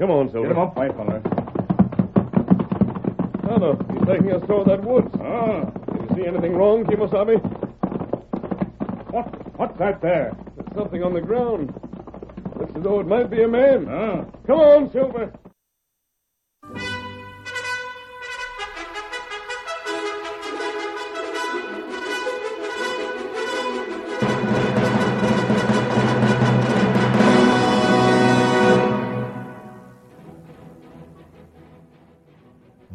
Come on, Silver. Get him off my fella. No, no. He's taking us through that woods. Ah, Did you see anything wrong, Kimosabe? what, what's that there? There's something on the ground. Looks as though it might be a man. Ah, Come on, Silver.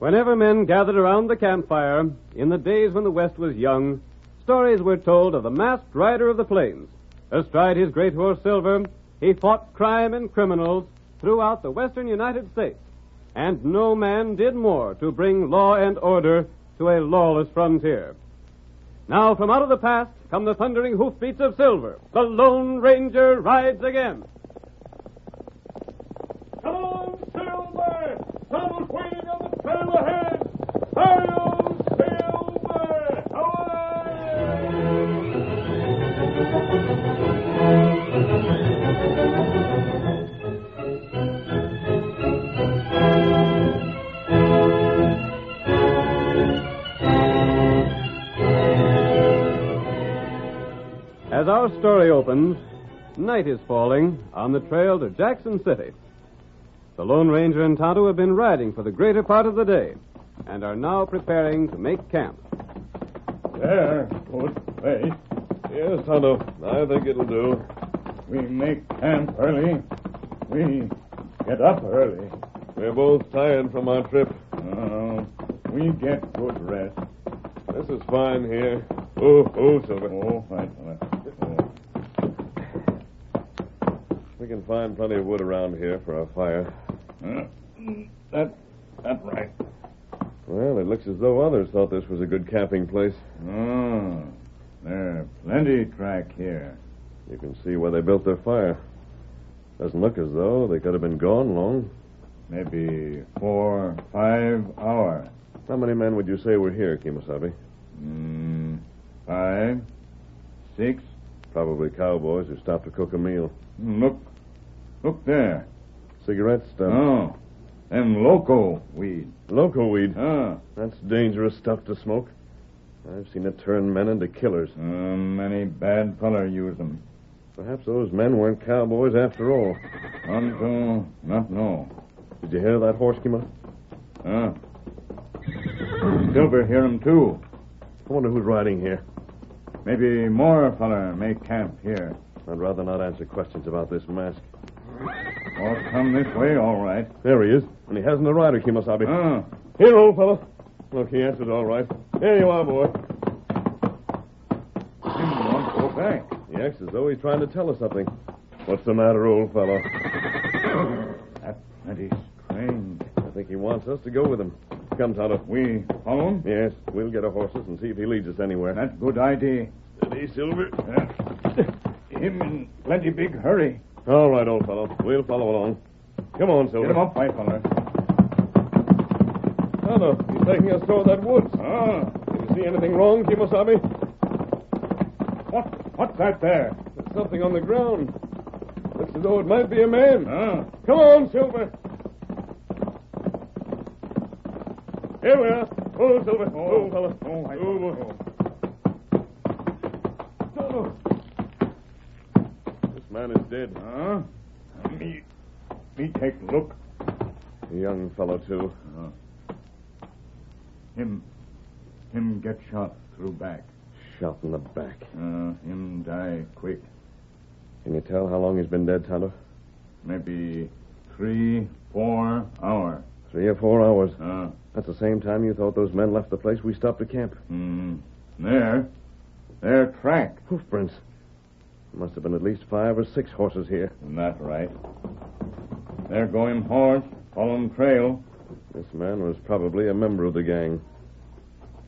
Whenever men gathered around the campfire, in the days when the West was young, stories were told of the masked rider of the plains. Astride his great horse Silver, he fought crime and criminals throughout the western United States. And no man did more to bring law and order to a lawless frontier. Now from out of the past come the thundering hoofbeats of Silver. The Lone Ranger rides again. Come on, Silver. Someone's waiting on the trail ahead. Hi-Yo, Silver. Away! As our story opens, night is falling on the trail to Jackson City. The Lone Ranger and Tonto have been riding for the greater part of the day and are now preparing to make camp. there. Good place. Yes, Tonto. I think it'll do. We make camp early. We get up early. We're both tired from our trip. Oh, we get good rest. This is fine here. Oh, oh, Silver. Oh, right, right. Oh. We can find plenty of wood around here for our fire. Huh. That, that right. Well, it looks as though others thought this was a good camping place. Oh, there are plenty track here. You can see where they built their fire. Doesn't look as though they could have been gone long. Maybe four, five hour. How many men would you say were here, Kimosabe? Mm, five, six. Probably cowboys who stopped to cook a meal. Mm, Look, look there. Cigarette stuff. Oh, them loco weed. Loco weed. Ah, That's dangerous stuff to smoke. I've seen it turn men into killers. uh, many bad feller use them. Perhaps those men weren't cowboys after all. Unto not know. Did you hear that horse, Kimo? Ah. Silver hear 'em too. I wonder who's riding here. Maybe more feller make camp here. I'd rather not answer questions about this mask. Or come this way, all right. There he is, and he hasn't a rider, Kimosabe. Ah, Here, old fellow. Look, he answered all right. Here you are, boy. him want go back. He acts as though he's trying to tell us something. What's the matter, old fellow? That plenty strange. I think he wants us to go with him. comes out of. We follow him? Yes, we'll get our horses and see if he leads us anywhere. That good idea. Steady, Silver. Uh, him in plenty big hurry. All right, old fellow. We'll follow along. Come on, Silver. Get him up, my fella. Tonto, he's taking us toward that woods. Ah, Did you see anything wrong, Kimosabe? what, what's that there? There's something on the ground. Looks as though it might be a man. Ah, Come on, Silver. Here we are. Oh, Silver. Oh, fella. oh, I- Oh, boy. Tonto. This man is dead. ah. Me, me take look. A young fellow, too. Ah. Him, him get shot through back. Shot in the back. Uh, him die quick. Can you tell how long he's been dead, Tonto? Maybe three, four hour. Three or four hours. Ah, That's the same time you thought those men left the place we stopped to camp. hmm. There, there track. Hoofprints. There must have been at least five or six horses here. Isn't that right? There go him horse, follow him trail. This man was probably a member of the gang.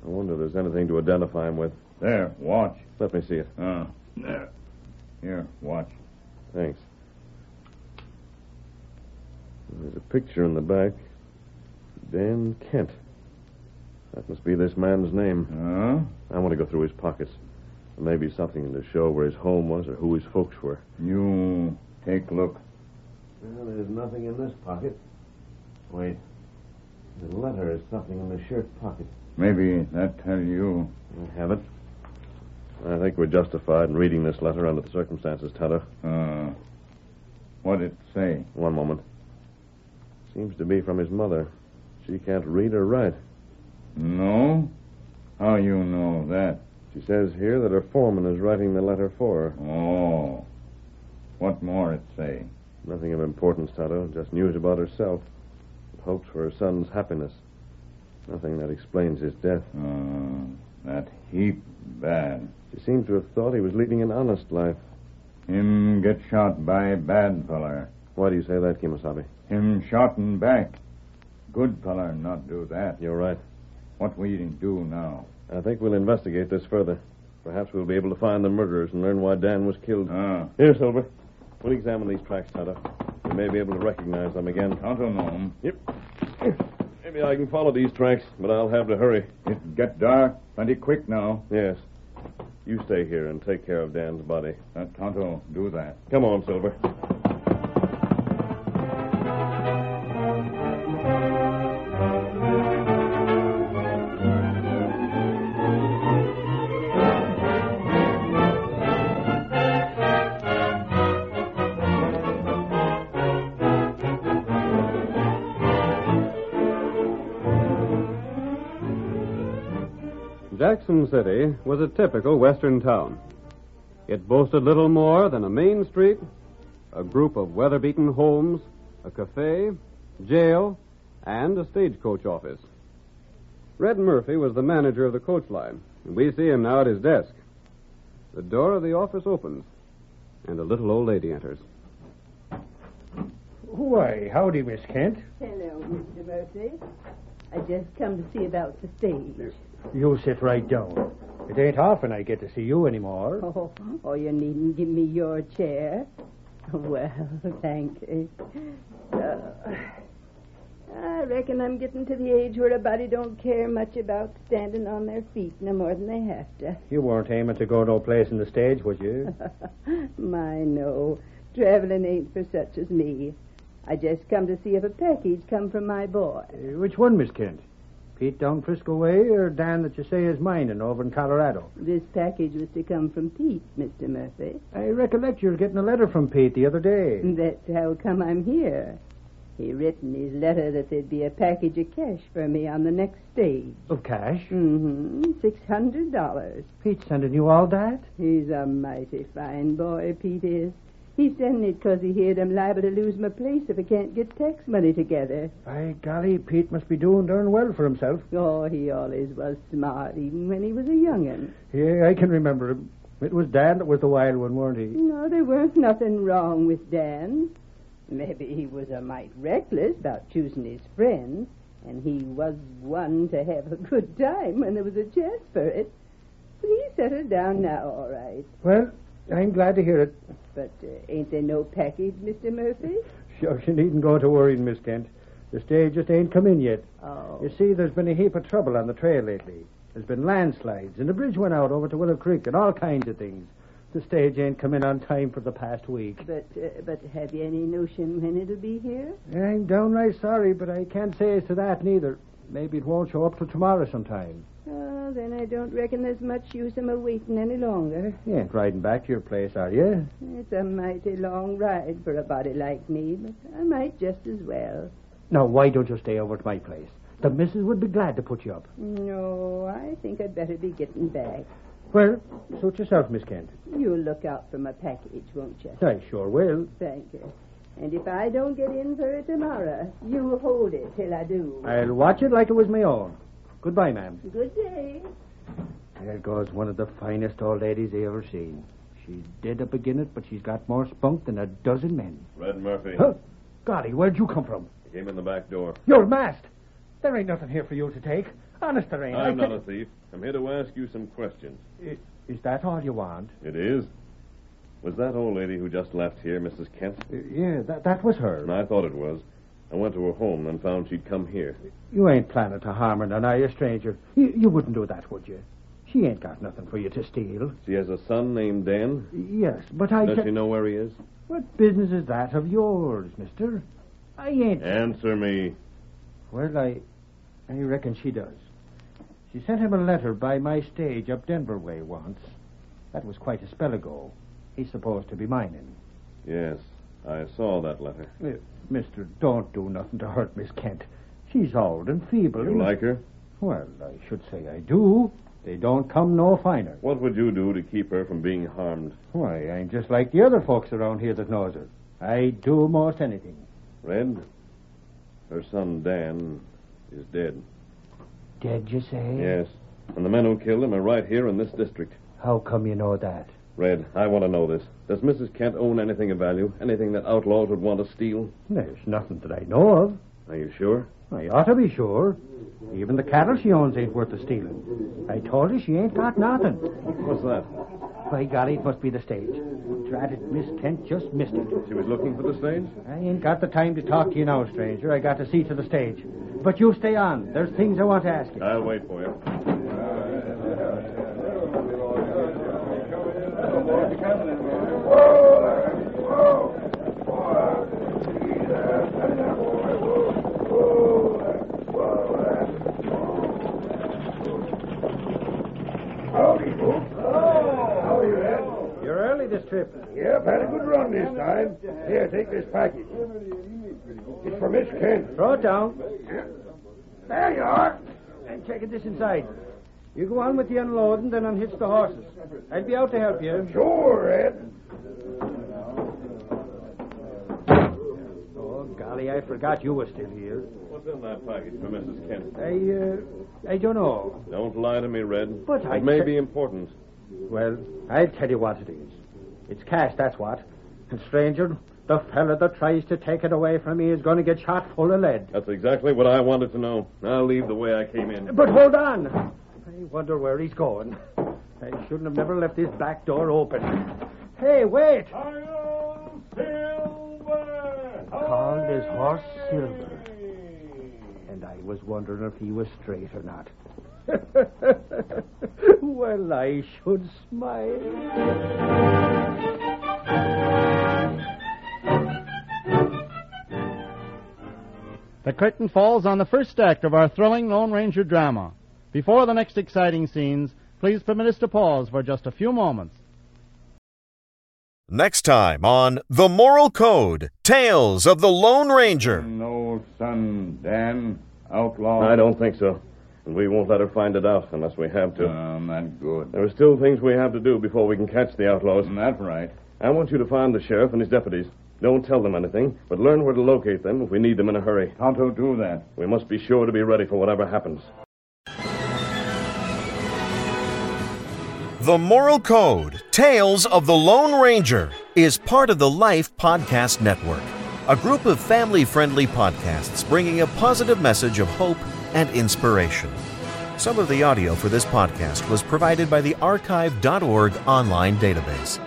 I wonder if there's anything to identify him with. There, watch. Let me see it. Ah, there. Here, watch. Thanks. There's a picture in the back. Dan Kent. That must be this man's name. Huh? I want to go through his pockets. There may be something to show where his home was or who his folks were. You take look. Well, there's nothing in this pocket. Wait. The letter is something in the shirt pocket. Maybe that tell you. I have it. I think we're justified in reading this letter under the circumstances, Tonto. Uh, what it say? One moment. Seems to be from his mother. She can't read or write. No? How you know that? She says here that her foreman is writing the letter for her. Oh. What more it say? Nothing of importance, Tonto. Just news about herself. Hopes for her son's happiness. Nothing that explains his death. Uh, that heap bad. She seems to have thought he was leading an honest life. Him get shot by bad feller. Why do you say that, Kimasabi? Him shot in back. Good feller not do that. You're right. What we do now? I think we'll investigate this further. Perhaps we'll be able to find the murderers and learn why Dan was killed. Ah, Here, Silver. We'll examine these tracks, Tonto. We may be able to recognize them again. autonome. Yep. Maybe I can follow these tracks, but I'll have to hurry. It get dark plenty quick now. Yes. You stay here and take care of Dan's body. That Tonto do that. Come on, Silver. Jackson City was a typical western town. It boasted little more than a main street, a group of weather beaten homes, a cafe, jail, and a stagecoach office. Red Murphy was the manager of the coach line, and we see him now at his desk. The door of the office opens, and a little old lady enters. Why, howdy, Miss Kent. Hello, Mr. Murphy. I just come to see about the stage. You sit right down. It ain't often I get to see you anymore. Oh, oh, you needn't give me your chair. Well, thank you. Uh, I reckon I'm getting to the age where a body don't care much about standing on their feet no more than they have to. You weren't aiming to go no place in the stage, was you? My, no. Traveling ain't for such as me. I just come to see if a package come from my boy. Uh, Which one, Miss Kent? Pete down Frisco way or Dan that you say is mining over in Colorado? This package was to come from Pete, Mr. Murphy. I recollect you were getting a letter from Pete the other day. That's how come I'm here. He written his letter that there'd be a package of cash for me on the next stage. Of cash. Mm-hmm. Six hundred dollars. Pete sending you all that? He's a mighty fine boy, Pete is. He sending it 'cause he heard I'm liable to lose my place if I can't get tax money together. By golly, Pete must be doing darn well for himself. Oh, he always was smart, even when he was a young'un. Yeah, I can remember him. It was Dan that was the wild one, weren't he? No, there weren't nothing wrong with Dan. Maybe he was a mite reckless about choosing his friends. And he was one to have a good time when there was a chance for it. But he's settled down now, all right. Well, I'm glad to hear it. But uh, ain't there no package, Mr. Murphy? Sure, you needn't go to worrying, Miss Kent. The stage just ain't come in yet. Oh. You see, there's been a heap of trouble on the trail lately. There's been landslides, and a bridge went out over to Willow Creek, and all kinds of things. The stage ain't come in on time for the past week. But uh, but have you any notion when it'll be here? I'm downright sorry, but I can't say as to that neither. Maybe it won't show up till tomorrow sometime. Oh, then I don't reckon there's much use in my waiting any longer. You ain't riding back to your place, are you? It's a mighty long ride for a body like me, but I might just as well. Now, why don't you stay over at my place? The missus would be glad to put you up. No, I think I'd better be getting back. Well, suit yourself, Miss Kent. You'll look out for my package, won't you? I sure will. Thank you. And if I don't get in for it tomorrow, you hold it till I do. I'll watch it like it was my own. Goodbye, ma'am. Good day. There goes one of the finest old ladies I ever seen. She's dead up again it, but she's got more spunk than a dozen men. Red Murphy. Huh? Golly, where'd you come from? He came in the back door. You're masked. There ain't nothing here for you to take. Honest, there ain't. I'm not I can- a thief. I'm here to ask you some questions. I- Is that all you want? It is. Was that old lady who just left here, Mrs. Kent? Uh, Yeah, that, that was her. And I thought it was. I went to her home and found she'd come here. You ain't planning to harm her, now, are you, stranger? You, you wouldn't do that, would you? She ain't got nothing for you to steal. She has a son named Dan. Yes, but I... Does ca- she know where he is? What business is that of yours, mister? I ain't... Answer me. Well, I... I reckon she does. She sent him a letter by my stage up Denver way once. That was quite a spell ago. He's supposed to be mining. Yes, I saw that letter. Uh, mister, don't do nothing to hurt Miss Kent. She's old and feeble. You and- like her? Well, I should say I do. They don't come no finer. What would you do to keep her from being harmed? Why, I'm just like the other folks around here that knows her. I do most anything. Red? Her son, Dan, is dead. Dead, you say? Yes. And the men who killed him are right here in this district. How come you know that? Red, I want to know this. Does Mrs. Kent own anything of value? Anything that outlaws would want to steal? There's nothing that I know of. Are you sure? I ought to be sure. Even the cattle she owns ain't worth the stealing. I told you she ain't got nothing. What's that? By golly, it must be the stage. Drat it, Miss Kent just missed it. She was looking for the stage? I ain't got the time to talk to you now, stranger. I got to see to the stage. But you stay on. There's things I want to ask you. I'll wait for you. Howdy, folks. How are you, Ed? You're early this trip. Yep, had a good run this time. Here, take this package. It's for Miss Kent. Throw it down. There you are. I'm checking this inside. You go on with the unloading, then unhitch the horses. I'll be out to help you. Sure, Ed. Oh, golly, I forgot you were still here. What's in that package for Mrs. Kent? I, uh, I don't know. Don't lie to me, Red. But it I may ca- be important. Well, I'll tell you what it is. It's cash, that's what. And, stranger, the fella that tries to take it away from me is going to get shot full of lead. That's exactly what I wanted to know. I'll leave the way I came in. But hold on. I wonder where he's going. I shouldn't have never left his back door open. Hey, wait! Hail Silver! Called his horse Silver. and I was wondering if he was straight or not. well, I should smile. The curtain falls on the first act of our thrilling Lone Ranger drama. Before the next exciting scenes, please permit us to pause for just a few moments. Next time on The Moral Code Tales of the Lone Ranger. No son, Dan, outlaw. I don't think so. And we won't let her find it out unless we have to. not Um, good. there are still things we have to do before we can catch the outlaws. Mm, That's right. I want you to find the sheriff and his deputies. Don't tell them anything, but learn where to locate them if we need them in a hurry. How to do that? We must be sure to be ready for whatever happens. The Moral Code Tales of the Lone Ranger is part of the Life Podcast Network, a group of family friendly podcasts bringing a positive message of hope and inspiration. Some of the audio for this podcast was provided by the archive.org online database.